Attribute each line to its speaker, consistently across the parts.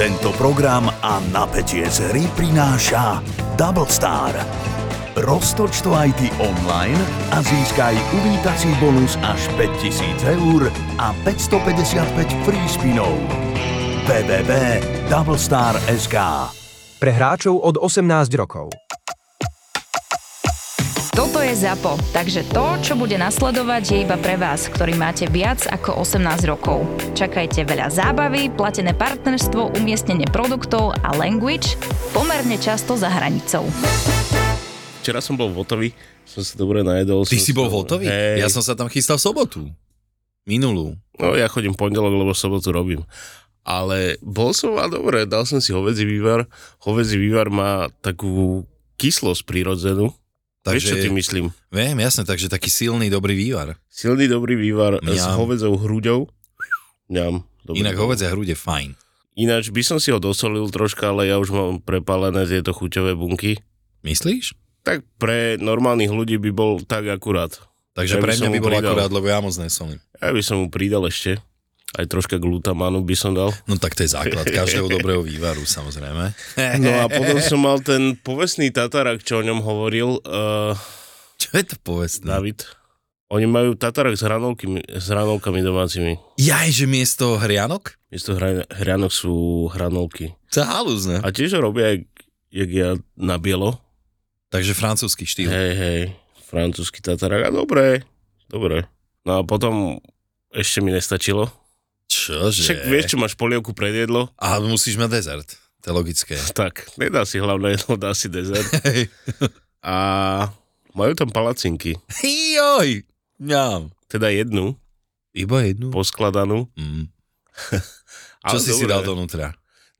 Speaker 1: Tento program a napätie z hry prináša Double Star. Roztoč to aj ty online a získaj uvítací bonus až 5000 eur a 555 free spinov. www.doublestar.sk
Speaker 2: Pre hráčov od 18 rokov.
Speaker 3: Toto je ZAPO, takže to, čo bude nasledovať, je iba pre vás, ktorý máte viac ako 18 rokov. Čakajte veľa zábavy, platené partnerstvo, umiestnenie produktov a language pomerne často za hranicou.
Speaker 4: Včera som bol v Hotovi, som sa dobre najedol.
Speaker 5: Ty
Speaker 4: som
Speaker 5: si
Speaker 4: sa-
Speaker 5: bol hotový?
Speaker 4: Hej.
Speaker 5: Ja som sa tam chystal v sobotu. Minulú.
Speaker 4: No ja chodím pondelok, lebo sobotu robím. Ale bol som a dobre, dal som si hovedzí vývar. Hovedzí vývar má takú kyslosť prírodzenú. Takže... Vieš, čo
Speaker 5: Takže,
Speaker 4: tým myslím?
Speaker 5: viem, jasne, takže taký silný, dobrý vývar.
Speaker 4: Silný dobrý vývar s
Speaker 5: Mňam.
Speaker 4: hovedzou hruďou. Mňam. Dobre.
Speaker 5: Inak hovedzie hrude fajn.
Speaker 4: Ináč by som si ho dosolil troška, ale ja už mám prepálené tieto chuťové bunky.
Speaker 5: Myslíš?
Speaker 4: Tak pre normálnych ľudí by bol tak akurát. Ja
Speaker 5: Takže
Speaker 4: by
Speaker 5: pre
Speaker 4: som
Speaker 5: mňa by
Speaker 4: mu
Speaker 5: bol
Speaker 4: pridal.
Speaker 5: akurát, lebo ja moc nesolím.
Speaker 4: Ja by som mu pridal ešte. Aj troška glutamánu by som dal.
Speaker 5: No tak to je základ každého dobrého vývaru, samozrejme.
Speaker 4: No a potom som mal ten povestný Tatarak, čo o ňom hovoril uh,
Speaker 5: Čo je to povestné?
Speaker 4: David. Oni majú Tatarak s, hranolkami, s hranolkami domácimi.
Speaker 5: Jaj, že miesto hrianok?
Speaker 4: Miesto hra, hranok sú hranolky.
Speaker 5: To je halúzne.
Speaker 4: A tiež ho robia, jak, jak ja na bielo.
Speaker 5: Takže francúzsky štýl.
Speaker 4: Hej, hej, francúzsky Tatarak. A dobré, dobré. No a potom ešte mi nestačilo.
Speaker 5: Čože?
Speaker 4: Však vieš, čo máš polievku pred jedlo?
Speaker 5: A musíš mať dezert. To je logické.
Speaker 4: Tak, nedá si hlavné jedlo, dá si dezert.
Speaker 5: Hej.
Speaker 4: A majú tam palacinky.
Speaker 5: Joj! Mňam.
Speaker 4: Teda jednu,
Speaker 5: Iba jednu?
Speaker 4: poskladanú.
Speaker 5: Mm. Čo
Speaker 4: Ale
Speaker 5: si si
Speaker 4: dobré.
Speaker 5: dal donútra?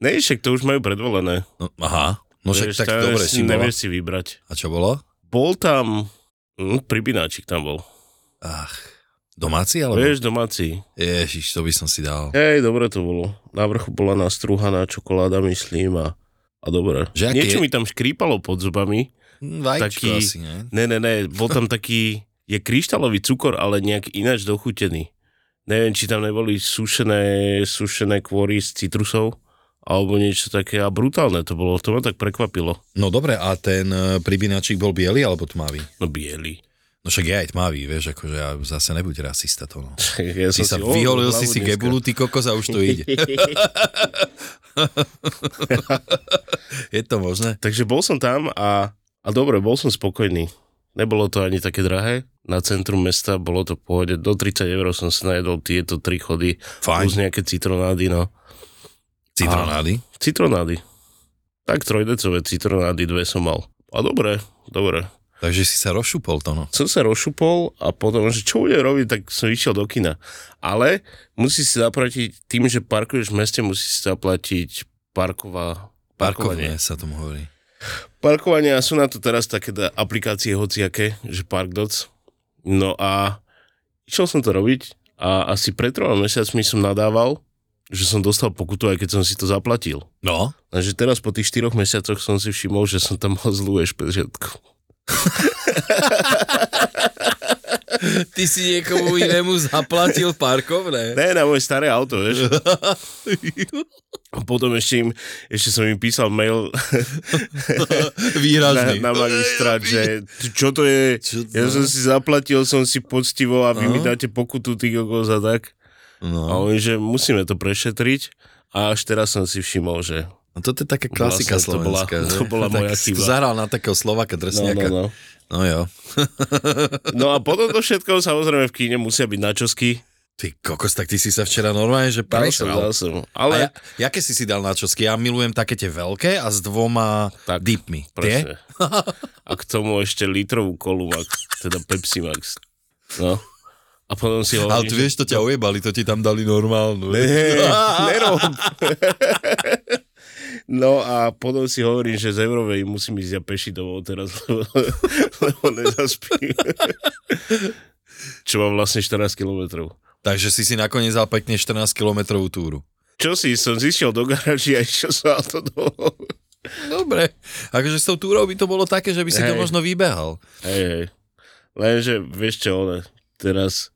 Speaker 4: Ne, však to už majú predvolené.
Speaker 5: No, aha. No však tak
Speaker 4: tam
Speaker 5: dobre si bola.
Speaker 4: Nevieš si vybrať.
Speaker 5: A čo bolo?
Speaker 4: Bol tam... Hm, pribináčik tam bol.
Speaker 5: Ach, domáci alebo?
Speaker 4: Vieš, domáci.
Speaker 5: Ježiš, to by som si dal.
Speaker 4: Hej, dobre to bolo. Na vrchu bola nastruhaná čokoláda, myslím, a, a dobre.
Speaker 5: Že aký
Speaker 4: Niečo
Speaker 5: je-
Speaker 4: mi tam škrípalo pod zubami.
Speaker 5: Hm, Vajíčko
Speaker 4: Taký-
Speaker 5: asi, ne?
Speaker 4: Ne, ne, ne, bol tam taký... Je kryštálový cukor, ale nejak ináč dochutený. Neviem, či tam neboli sušené, sušené kvory z citrusov alebo niečo také. A brutálne to bolo. To ma tak prekvapilo.
Speaker 5: No dobre, a ten e, pribinačík bol biely alebo tmavý?
Speaker 4: No biely.
Speaker 5: No však je aj tmavý, vieš, akože ja zase nebuď rasista to, no.
Speaker 4: Ja som
Speaker 5: Ty sa
Speaker 4: si- o,
Speaker 5: vyholil si
Speaker 4: hlavu
Speaker 5: si
Speaker 4: dneska.
Speaker 5: gebulu, ty kokos a už to ide. Je to možné?
Speaker 4: Takže bol som tam a, a dobre, bol som spokojný. Nebolo to ani také drahé. Na centrum mesta bolo to v pohode. Do 30 eur som si najedol tieto tri chody. Plus
Speaker 5: Fajn.
Speaker 4: nejaké citronády, no.
Speaker 5: Citronády.
Speaker 4: Citronády. Tak trojdecové citronády dve som mal. A dobre, dobre.
Speaker 5: Takže si sa rozšupol to, no.
Speaker 4: Som sa rozšupol a potom, že čo budem robiť, tak som išiel do kina. Ale musíš si zaplatiť, tým, že parkuješ v meste, musíš si zaplatiť parková, parkovanie.
Speaker 5: Parkovne sa tomu hovorí.
Speaker 4: Parkovania sú na to teraz také da- aplikácie hociaké, že Parkdots. No a išiel som to robiť a asi pred troma mesiacmi som nadával, že som dostal pokutu, aj keď som si to zaplatil.
Speaker 5: No,
Speaker 4: Takže teraz po tých 4 mesiacoch som si všimol, že som tam mal zlú ešpežiatku.
Speaker 5: Ty si niekomu inému zaplatil parkovné.
Speaker 4: Ne, na moje staré auto, vieš. A potom ešte, im, ešte som im písal mail na,
Speaker 5: Výrazný.
Speaker 4: na magistrát, že čo to je,
Speaker 5: Čo to
Speaker 4: ja som si zaplatil, som si poctivo a vy mi
Speaker 5: Aha.
Speaker 4: dáte pokutu, ty kokos a tak. A
Speaker 5: No,
Speaker 4: oni, že musíme to prešetriť a až teraz som si všimol, že...
Speaker 5: no toto je taká klasika
Speaker 4: Vlastne to bola-
Speaker 5: slovenská. že?
Speaker 4: to bola
Speaker 5: Tak
Speaker 4: moja
Speaker 5: si
Speaker 4: chyba.
Speaker 5: Zahral na takého
Speaker 4: No,
Speaker 5: Slovaka
Speaker 4: no,
Speaker 5: drsňaka.
Speaker 4: no.
Speaker 5: no jo.
Speaker 4: no a potom to všetko samozrejme v kíne musia byť načosky.
Speaker 5: Ty kokos, tak ty si sa včera normálne, že
Speaker 4: Dal som, dal
Speaker 5: prešral.
Speaker 4: som.
Speaker 5: Ale ja,
Speaker 4: Ale...
Speaker 5: ja keď si si dal načosky, ja milujem také tie veľké a s dvoma
Speaker 4: Tak,
Speaker 5: dipmi. Tie?
Speaker 4: Presne. A k tomu ešte litrovú kolu Max, teda Pepsi Max. No. A potom si hovorím,
Speaker 5: Ale ty vieš, to ťa ojebali, to ti tam dali normálnu.
Speaker 4: Hej, nerob. No a potom si hovorím, že z Eurovej musím ísť ja peši domov teraz, lebo, lebo nezaspím. Čo mám vlastne 14 kilometrov.
Speaker 5: Takže si si nakoniec dal pekne 14-kilometrovú túru.
Speaker 4: Čo si, som zišiel do garáži a išiel som auto domov.
Speaker 5: Dobre. Akože s tou túrou by to bolo také, že by si to
Speaker 4: Hej.
Speaker 5: možno vybehal.
Speaker 4: Hej, hej. Lenže, vieš čo, ale teraz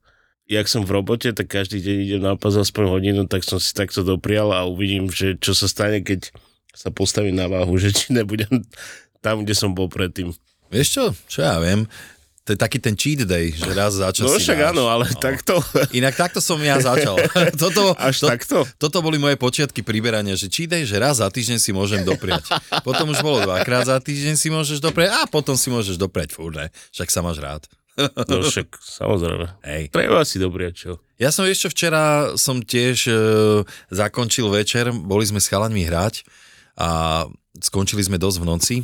Speaker 4: jak som v robote, tak každý deň idem na pás aspoň hodinu, tak som si takto doprial a uvidím, že čo sa stane, keď sa postavím na váhu, že či nebudem tam, kde som bol predtým.
Speaker 5: Vieš čo? Čo ja viem. To je taký ten cheat day, že raz za čas
Speaker 4: No
Speaker 5: si
Speaker 4: však
Speaker 5: dáš.
Speaker 4: áno, ale
Speaker 5: No.
Speaker 4: takto,
Speaker 5: Inak takto som ja začal. Toto,
Speaker 4: až
Speaker 5: to,
Speaker 4: takto.
Speaker 5: toto boli moje počiatky priberania, že cheat day, že raz za týždeň si môžem dopriať. Potom už bolo dvakrát za týždeň si môžeš dopriať a potom si môžeš dopriať furt, ne? Však sa máš rád.
Speaker 4: No však, samozrejme.
Speaker 5: Hej.
Speaker 4: Treba si dopriať, čo?
Speaker 5: Ja som ešte včera som tiež e, zakončil večer, boli sme s chalaňmi hrať a skončili sme dosť v noci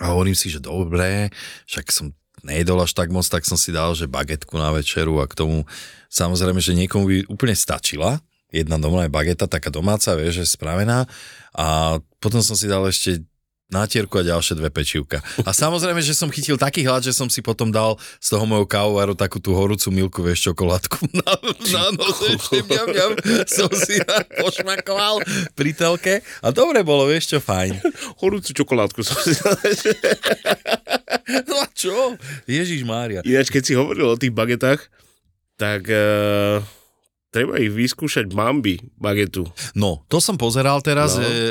Speaker 5: a hovorím si, že dobre, však som nejedol až tak moc, tak som si dal, že bagetku na večeru a k tomu samozrejme, že niekomu by úplne stačila jedna normálna bageta, taká domáca, vieš, že spravená a potom som si dal ešte nátierku a ďalšie dve pečivka. A samozrejme, že som chytil taký hlad, že som si potom dal z toho mojho kávovaru takú tú horúcu milku, vieš, čokoládku na, na noze, ešte mňam, mňam, som si pošmakoval pri telke a dobre bolo, vieš čo, fajn.
Speaker 4: Horúcu čokoládku som si
Speaker 5: No a čo? Ježiš Mária.
Speaker 4: Ináč, keď si hovoril o tých bagetách, tak uh, treba ich vyskúšať mambi bagetu.
Speaker 5: No, to som pozeral
Speaker 4: No.
Speaker 5: teraz, no. e, e,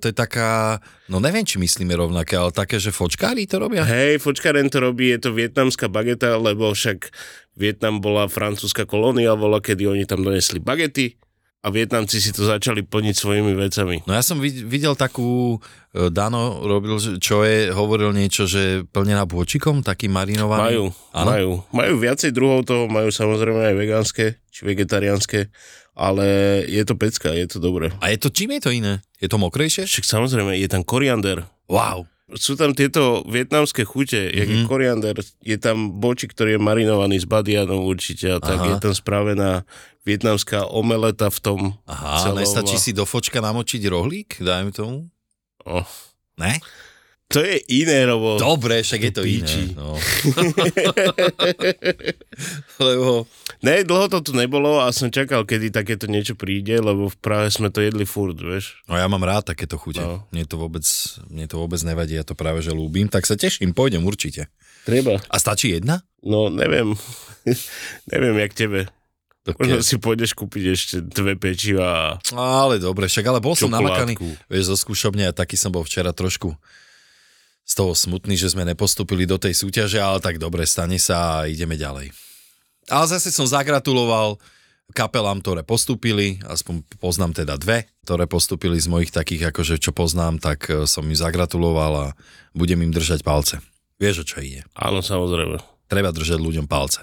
Speaker 5: to je taká, no neviem, či myslíme rovnaké, ale také, že fočkári to robia?
Speaker 4: Hej, Fočkaren to robí, je to vietnamská bageta, lebo však Vietnam bola francúzska kolónia, bola, kedy oni tam donesli bagety a Vietnamci si to začali plniť svojimi vecami.
Speaker 5: No ja som vid- videl takú, e, Dano robil, že- čo je, hovoril niečo, že plnená bôčikom, taký marinovaný.
Speaker 4: Majú,
Speaker 5: Áno?
Speaker 4: majú. Majú viacej druhov toho, majú samozrejme aj vegánske či vegetariánske, ale je to pecka, je to dobré.
Speaker 5: A je to, čím je to iné? Je to mokrejšie?
Speaker 4: Však samozrejme, je tam koriander.
Speaker 5: Wow.
Speaker 4: Sú tam tieto vietnamské chute, jak
Speaker 5: Mhm.
Speaker 4: je koriander, je tam bočík, ktorý je marinovaný s badianom určite a tak
Speaker 5: Aha.
Speaker 4: je tam spravená vietnamská omeleta v tom
Speaker 5: Aha,
Speaker 4: celom. no.
Speaker 5: nestačí
Speaker 4: a-
Speaker 5: si do fočka namočiť rohlík, dajme tomu?
Speaker 4: Oh.
Speaker 5: Ne?
Speaker 4: To je iné, Robo.
Speaker 5: Dobre, však je to
Speaker 4: Píči.
Speaker 5: iné. No. Lebo
Speaker 4: Ne, dlho to tu nebolo a som čakal, kedy takéto niečo príde, lebo v Prahe sme to jedli furt, vieš.
Speaker 5: No ja mám rád takéto chute.
Speaker 4: No.
Speaker 5: No. Mne, to vôbec, mne to vôbec nevadí, ja to práve že ľúbim, tak sa teším, pôjdem určite.
Speaker 4: Treba.
Speaker 5: A stačí jedna?
Speaker 4: No, neviem. neviem, jak tebe. Možno
Speaker 5: Okay.
Speaker 4: si pôjdeš kúpiť ešte dve pečiva a
Speaker 5: Ale dobre, však ale bol som namakaný.
Speaker 4: čokoládku.
Speaker 5: Vieš, zo skúšobne a taký som bol včera trošku z toho smutný, že sme nepostupili do tej súťaže, ale tak dobre, stane sa a ideme ďalej. Ale zase som zagratuloval kapelám, ktoré postúpili, aspoň poznám teda dve, ktoré postúpili z mojich takých, akože čo poznám, tak e, som im zagratuloval a budem im držať palce. Vieš, o čo ide.
Speaker 4: Áno, samozrejme.
Speaker 5: Treba držať ľuďom palce.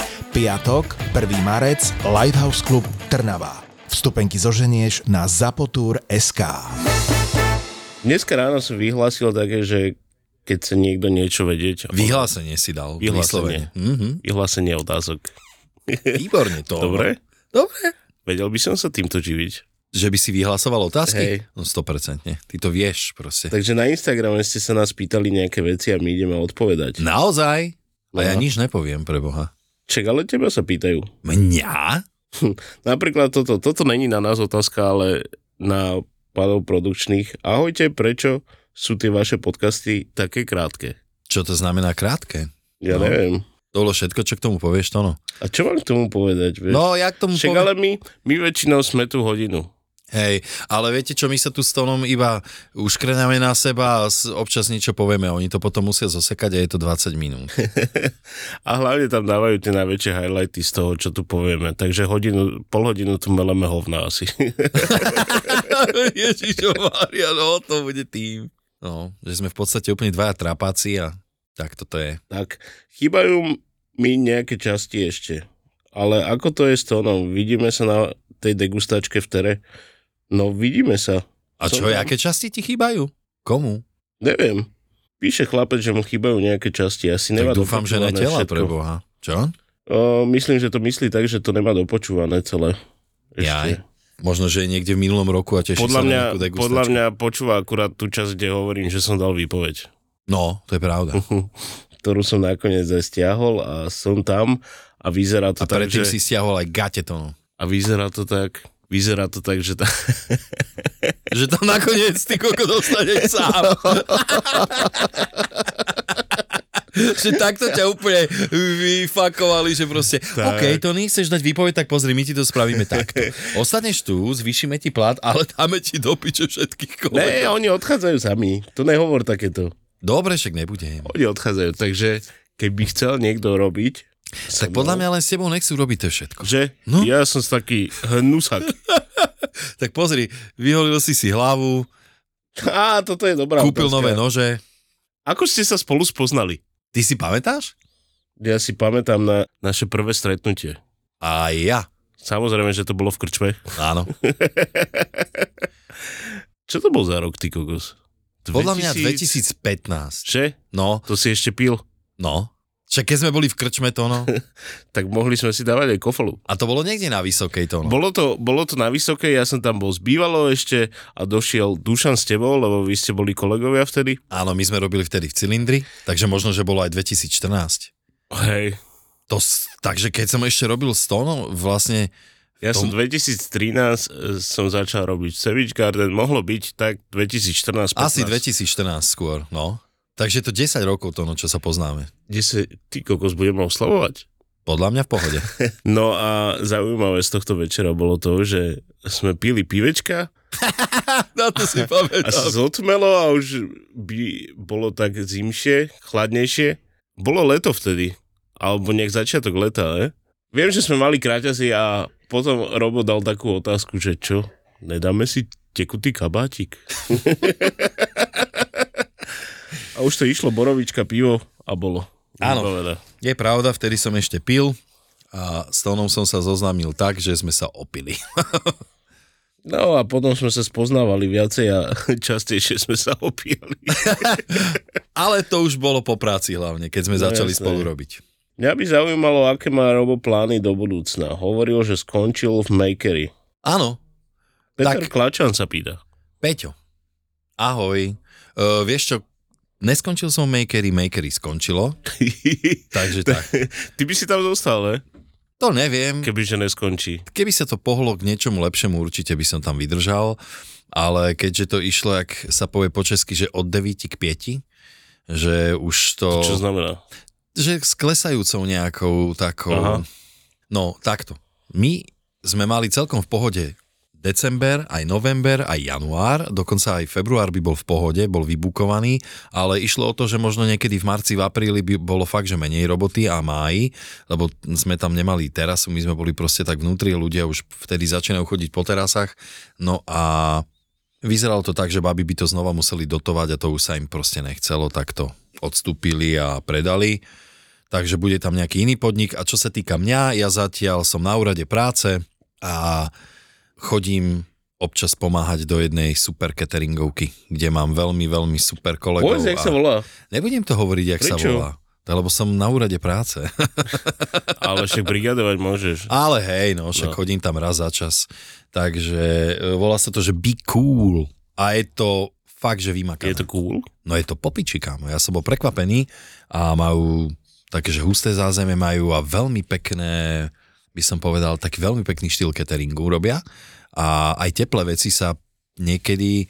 Speaker 6: Piatok, 1. marec, Lighthouse Club Trnava. Vstupenky zoženieš na zapotur.sk
Speaker 4: Dneska ráno som vyhlásil také, že keď sa niekto niečo vedieť.
Speaker 5: Vyhlásenie si dal.
Speaker 4: Vyhlásenie.
Speaker 5: vyslovene. Mhm,
Speaker 4: Vyhlásenie otázok.
Speaker 5: výborne to.
Speaker 4: Dobre?
Speaker 5: Dobre.
Speaker 4: Vedel by som sa týmto živiť.
Speaker 5: Že by si
Speaker 4: Hej.
Speaker 5: vyhlasoval otázky? No 100%. Ty to vieš proste.
Speaker 4: Takže na Instagrame ste sa nás pýtali nejaké veci a my ideme odpovedať.
Speaker 5: Naozaj? A ja
Speaker 4: No.
Speaker 5: nič nepoviem pre Boha.
Speaker 4: Čak, ale teba sa pýtajú.
Speaker 5: Mňa?
Speaker 4: Napríklad toto, toto není na nás otázka, ale na pánov produkčných. Ahojte, prečo sú tie vaše podcasty také krátke?
Speaker 5: Čo to znamená krátke?
Speaker 4: Ja
Speaker 5: No.
Speaker 4: neviem.
Speaker 5: To bolo všetko, čo k tomu povieš, to no.
Speaker 4: A čo mám k tomu povedať? Vieš?
Speaker 5: No, ja k tomu
Speaker 4: Však
Speaker 5: poviem.
Speaker 4: ale my, my väčšinou sme tu hodinu.
Speaker 5: Hej, ale viete čo, my sa tu s Tonom iba uškrenáme na seba a s- občas niečo povieme. Oni to potom musia zosekať a je to 20 minút.
Speaker 4: A hlavne tam dávajú tie najväčšie highlighty z toho, čo tu povieme. Takže hodinu, pol hodinu tu meleme hovna asi.
Speaker 5: Ježišo Maria, no to bude tým. No, že sme v podstate úplne dvaja trapáci a tak toto je.
Speaker 4: tak, chýbajú mi nejaké časti ešte. Ale ako to je s tónom? Vidíme sa na tej degustačke v Tere? No, vidíme sa.
Speaker 5: A
Speaker 4: Som
Speaker 5: čo,
Speaker 4: tam.
Speaker 5: aké časti ti chýbajú? Komu?
Speaker 4: Neviem. Píše chlapec, že mu chýbajú nejaké časti. Asi nemá
Speaker 5: tak dúfam, že na
Speaker 4: dopočúvané
Speaker 5: tela
Speaker 4: všetko.
Speaker 5: pre Boha. Čo?
Speaker 4: O, myslím, že to myslí tak, že to nemá dopočúvané celé.
Speaker 5: Jaj. Možno, že je niekde v minulom roku a teší
Speaker 4: Podľa
Speaker 5: sa na
Speaker 4: mňa,
Speaker 5: nejakú degustačku.
Speaker 4: podľa mňa počúva akurát tú časť, kde hovorím, že som dal výpoveď.
Speaker 5: No, to je pravda.
Speaker 4: ktorú som nakoniec aj stiahol a som tam a vyzerá to
Speaker 5: A
Speaker 4: tak,
Speaker 5: predtým
Speaker 4: že...
Speaker 5: si stiahol aj no. gatetonu.
Speaker 4: A vyzerá to tak, vyzerá to tak, že tá...
Speaker 5: Že tam nakoniec ty koko dostaneš sám. že takto ťa úplne vyfakovali, že proste, tak. OK, Tony, chceš dať výpoveď, tak pozri, my ti to spravíme takto. Ostaneš tu, zvýšime ti plat, ale dáme ti do piče všetkých kolegov.
Speaker 4: Ne, oni odchádzajú sami, to nehovor takéto.
Speaker 5: Dobre, však nebudem.
Speaker 4: Oni odchádzajú, takže keby chcel niekto robiť...
Speaker 5: Tak
Speaker 4: no.
Speaker 5: podľa mňa len s tebou nechcú robiť to všetko.
Speaker 4: Že? No?
Speaker 5: No.
Speaker 4: Ja som taký hnusak.
Speaker 5: Tak pozri, vyholil si si hlavu,
Speaker 4: Á, toto je dobrá
Speaker 5: kúpil
Speaker 4: otázka.
Speaker 5: nové nože.
Speaker 4: Ako ste sa spolu spoznali?
Speaker 5: Ty si pamätáš?
Speaker 4: Ja si pamätám na naše prvé stretnutie.
Speaker 5: A ja.
Speaker 4: Samozrejme, že to bolo v krčme.
Speaker 5: Áno.
Speaker 4: Čo to bol za rok, ty kokos?
Speaker 5: Podľa mňa 2015.
Speaker 4: Že?
Speaker 5: No,
Speaker 4: To si ešte pil.
Speaker 5: no. Však keď sme boli v krčme to, no.
Speaker 4: Tak mohli sme si dávať aj kofolu.
Speaker 5: A to bolo niekde na vysokej to, no.
Speaker 4: Bolo to, bolo to na vysokej, ja som tam bol zbývalo ešte a došiel Dušan s tebou, lebo vy ste boli kolegovia vtedy.
Speaker 5: Áno, my sme robili vtedy v cilindri, takže možno, že bolo aj 2014.
Speaker 4: Hej.
Speaker 5: To, s- takže keď som ešte robil s tónom, vlastne
Speaker 4: Ja som
Speaker 5: Tom-
Speaker 4: 2013 e, som začal robiť Savage Garden, mohlo byť tak 2014 15.
Speaker 5: asi 2014 skôr, no. Takže to 10 rokov to, no, čo sa poznáme.
Speaker 4: Kde sa, ty kokos, budeme oslavovať.
Speaker 5: Podľa mňa v pohode.
Speaker 4: No a zaujímavé z tohto večera bolo to, že sme pili pivečka
Speaker 5: Na to si
Speaker 4: a sa
Speaker 5: pamätám.
Speaker 4: zotmelo a už by bolo tak zimšie, chladnejšie. Bolo leto vtedy, alebo nejak začiatok leta, ne? Viem, že sme mali kráťasy a potom Robo dal takú otázku, že čo, nedáme si tekutý kabátik? a už to išlo, borovička, pivo a bolo.
Speaker 5: Áno.
Speaker 4: Vybavené.
Speaker 5: Je pravda, vtedy som ešte pil a s tónom som sa zoznámil tak, že sme sa opili.
Speaker 4: No a potom sme sa spoznávali viacej a častejšie sme sa opíjali.
Speaker 5: Ale to už bolo po práci hlavne, keď sme
Speaker 4: No
Speaker 5: začali
Speaker 4: jasné.
Speaker 5: spolu robiť.
Speaker 4: Mňa by zaujímalo, aké má Robo plány do budúcna. Hovoril, že skončil v Makery.
Speaker 5: Áno,
Speaker 4: Peter
Speaker 5: Tak.
Speaker 4: tak. Klačan sa pýta.
Speaker 5: Peťo, ahoj. Uh, vieš čo, neskončil som v Makery, Makery skončilo, takže tak.
Speaker 4: Ty by si tam zostal, ne?
Speaker 5: To neviem,
Speaker 4: Kebyže neskončí.
Speaker 5: keby sa to pohlo k niečomu lepšiemu, určite by som tam vydržal, ale keďže to išlo, ak sa povie po česky, že od 9 k 5, že už to...
Speaker 4: Čo znamená?
Speaker 5: že s klesajúcou nejakou takou... Aha.
Speaker 4: Aha.
Speaker 5: No, takto. My sme mali celkom v pohode december, aj november, aj január, dokonca aj február by bol v pohode, bol vybukovaný, ale išlo o to, že možno niekedy v marci, v apríli by bolo fakt, že menej roboty a máji, lebo sme tam nemali terasu, my sme boli proste tak vnútri, ľudia už vtedy začínajú chodiť po terasách, no a Vyzeralo to tak, že baby by to znova museli dotovať a to už sa im proste nechcelo, tak to odstúpili a predali. Takže bude tam nejaký iný podnik. A čo sa týka mňa, ja zatiaľ som na úrade práce a chodím občas pomáhať do jednej super cateringovky, kde mám veľmi, veľmi super kolegov.
Speaker 4: Povedz, jak sa
Speaker 5: a...
Speaker 4: volá.
Speaker 5: Nebudem to hovoriť, jak sa
Speaker 4: Prečo?
Speaker 5: volá. To Lebo som na úrade práce.
Speaker 4: Ale však brigadovať môžeš.
Speaker 5: Ale hej, no, však no.
Speaker 4: No.
Speaker 5: chodím tam raz za čas. Takže e, volá sa to, že Be Cool. A je to fakt, že vymakané.
Speaker 4: Je to cool?
Speaker 5: No je to popiči, kámo. Ja som bol prekvapený a majú také, že husté zázemie majú a veľmi pekné, by som povedal, taký veľmi pekný štýl cateringu robia a aj teplé veci sa niekedy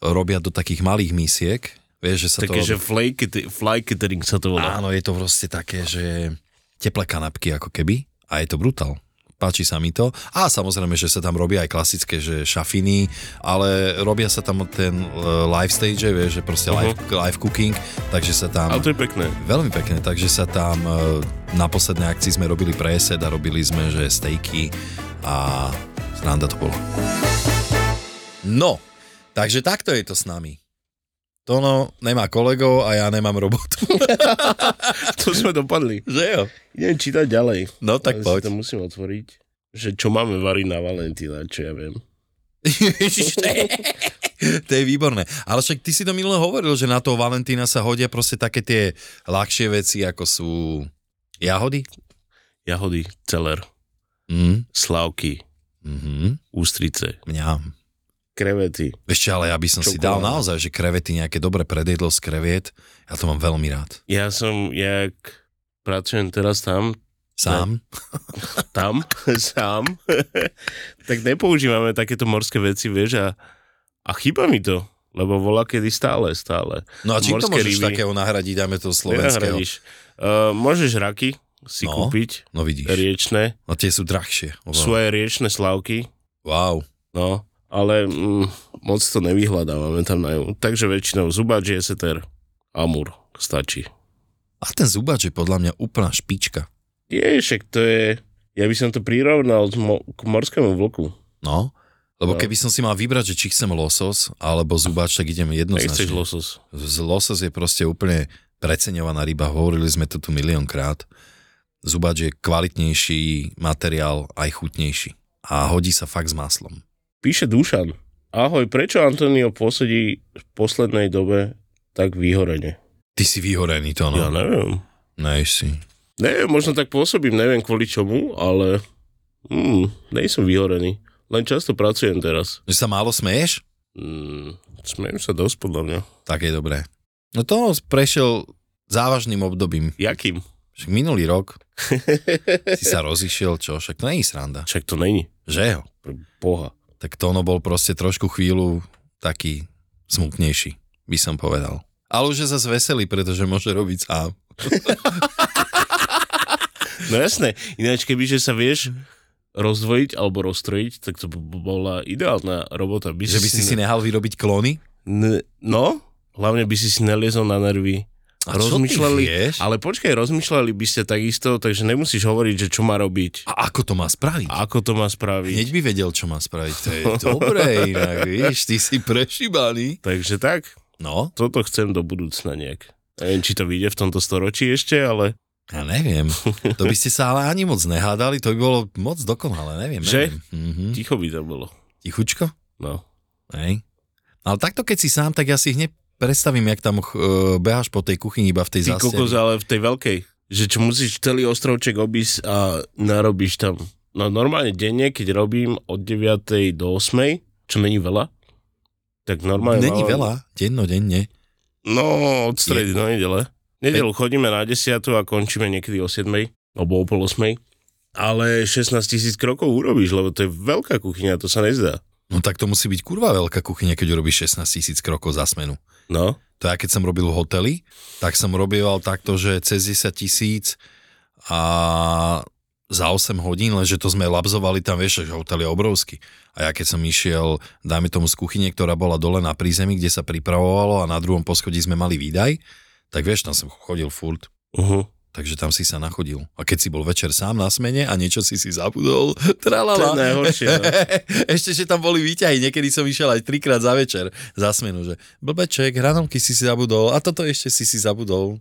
Speaker 5: robia do takých malých mísiek. Vieš, že sa
Speaker 4: Také,
Speaker 5: to...
Speaker 4: že fly, cate- fly catering sa to volá.
Speaker 5: Áno, je to proste také, že teplé kanapky ako keby a je to brutál. Páči sa mi to. A samozrejme, že sa tam robia aj klasické že šafiny, ale robia sa tam ten e, live stage, vieš, že proste live, live cooking, takže sa
Speaker 4: Mhm.
Speaker 5: tam...
Speaker 4: Ale to je pekné.
Speaker 5: Veľmi pekne, takže sa tam e, na poslednej akcii sme robili presed a robili sme, že stejky a sranda to bolo. No, takže takto je to s nami. Tono nemá kolegov a ja nemám robotu.
Speaker 4: To sme dopadli.
Speaker 5: Že jo?
Speaker 4: Idem čítať ďalej.
Speaker 5: No
Speaker 4: Ale
Speaker 5: tak
Speaker 4: si to
Speaker 5: poď.
Speaker 4: musím otvoriť. Že čo máme variť na Valentína, čo ja viem.
Speaker 5: Ježiš, to, je, to je výborné. Ale však ty si to minule hovoril, že na toho Valentína sa hodia proste také tie ľahšie veci, ako sú jahody.
Speaker 4: jahody, celer,
Speaker 5: Mm.
Speaker 4: slavky,
Speaker 5: Mm-hmm.
Speaker 4: ústrice,
Speaker 5: Mňam.
Speaker 4: krevety.
Speaker 5: Ešte ale ja by som si dal
Speaker 4: Čokoláda.
Speaker 5: naozaj, že krevety, nejaké dobré predjedlo z kreviet, ja to mám veľmi rád.
Speaker 4: Ja som, jak pracujem teraz tam,
Speaker 5: Sám?
Speaker 4: tam, sám, tak nepoužívame takéto morské veci, vieš, a, a chýba mi to, lebo volá kedy stále, stále.
Speaker 5: No a čím to
Speaker 4: Morské
Speaker 5: môžeš
Speaker 4: ryby.
Speaker 5: takého nahradiť, dáme to slovenského?
Speaker 4: Nenahradíš. Uh, môžeš raky si
Speaker 5: No.
Speaker 4: no. kúpiť,
Speaker 5: No vidíš,
Speaker 4: riečne,
Speaker 5: no tie sú drahšie. oveľa.
Speaker 4: sú aj riečne slavky,
Speaker 5: Wow.
Speaker 4: no, ale mm, moc to nevyhľadávame tam na ju. Takže väčšinou zubač, jeseter, amur, stačí.
Speaker 5: A ten zubač je podľa mňa úplná špička.
Speaker 4: Je, však to je, ja by som to prirovnal z mo- k morskému vlku.
Speaker 5: No,
Speaker 4: No.
Speaker 5: lebo keby som si mal vybrať, že či chcem losos alebo zubač, tak idem
Speaker 4: Nechceš
Speaker 5: jednoznačne.
Speaker 4: losos.
Speaker 5: Z losos je proste úplne preceňovaná ryba, hovorili sme to tu miliónkrát. Zubač je kvalitnejší materiál, aj chutnejší. A hodí sa fakt s maslom.
Speaker 4: Píše Dušan. Ahoj, prečo Antonio posedí v poslednej dobe tak vyhorene?
Speaker 5: Ty si vyhorený to, no?
Speaker 4: Ja neviem.
Speaker 5: Nej si.
Speaker 4: Neviem, možno tak pôsobím, neviem kvôli čomu, ale mm, nejsem vyhorený. Len často pracujem teraz.
Speaker 5: Že sa málo smeješ?
Speaker 4: Mm, smejem sa dosť podľa mňa.
Speaker 5: Tak je dobré. No to prešiel závažným obdobím.
Speaker 4: Jakým?
Speaker 5: Však minulý rok si sa rozišiel, čo? Však to není sranda.
Speaker 4: Čak to není.
Speaker 5: Že jo?
Speaker 4: Pre Boha.
Speaker 5: tak Tono bol proste trošku chvíľu taký smutnejší, by som povedal. Ale už je zase veselý, pretože môže robiť sám.
Speaker 4: No jasné, ináč kebyže sa vieš rozdvojiť alebo rozstrojiť, tak to by bola ideálna robota. By
Speaker 5: Že by si si
Speaker 4: ne...
Speaker 5: nehal vyrobiť klóny?
Speaker 4: N- No, hlavne by si si neliezol na nervy.
Speaker 5: A čo
Speaker 4: Rozmýšľali-
Speaker 5: ty vieš?
Speaker 4: Ale počkaj, rozmýšľali by ste takisto, takže nemusíš hovoriť, že čo má robiť
Speaker 5: A ako to má spraviť?
Speaker 4: a ako to má spraviť.
Speaker 5: Hneď by vedel, čo má spraviť. To je dobré inak, vieš, ty si prešibaný.
Speaker 4: Takže tak,
Speaker 5: No,
Speaker 4: toto chcem do budúcna nejak. Neviem, či to vyjde v tomto storočí ešte, ale
Speaker 5: ja neviem. To by ste sa ale ani moc nehádali, to by bolo moc dokonalé, neviem.
Speaker 4: Že?
Speaker 5: neviem. Mhm.
Speaker 4: ticho by to bolo.
Speaker 5: Tichučko?
Speaker 4: No.
Speaker 5: Hej. Ale takto, keď si sám, tak ja si hneď predstavím, jak tam uh, beháš po tej kuchyni iba v tej
Speaker 4: Ty
Speaker 5: zásteri.
Speaker 4: kokos, ale v tej veľkej. Že čo musíš celý ostrovček obísť a narobíš tam. No normálne denne, keď robím od 9. do 8., čo není veľa, tak normálne...
Speaker 5: Není
Speaker 4: mám-
Speaker 5: veľa, dennodenne.
Speaker 4: No, od stredy do nedele. Nedelu chodíme na 10 a končíme niekedy o 7, alebo o pol 8. Ale 16 tisíc krokov urobíš, lebo to je veľká kuchyňa, to sa nezdá.
Speaker 5: No tak to musí byť kurva veľká kuchyňa, keď urobíš 16 tisíc krokov za smenu.
Speaker 4: No,
Speaker 5: To ja keď som robil v hoteli, tak som robieval takto, že cez 10 tisíc a za 8 hodín, lenže to sme labzovali tam, vieš, že hotel je obrovský. A ja keď som išiel, dajme tomu z kuchyne, ktorá bola dole na prízemí, kde sa pripravovalo a na druhom poschodí sme mali výdaj, tak vieš, tam som chodil furt. Mhm.
Speaker 4: uh-huh.
Speaker 5: Takže tam si sa nachodil. A keď si bol večer sám na smene a niečo si si zabudol,
Speaker 4: to je
Speaker 5: tralala.
Speaker 4: najhoršie. No.
Speaker 5: Ešte, že tam boli výťahy, niekedy som išiel aj trikrát za večer za smenu, že blbeček, hranolky si si zabudol a toto ešte si si zabudol.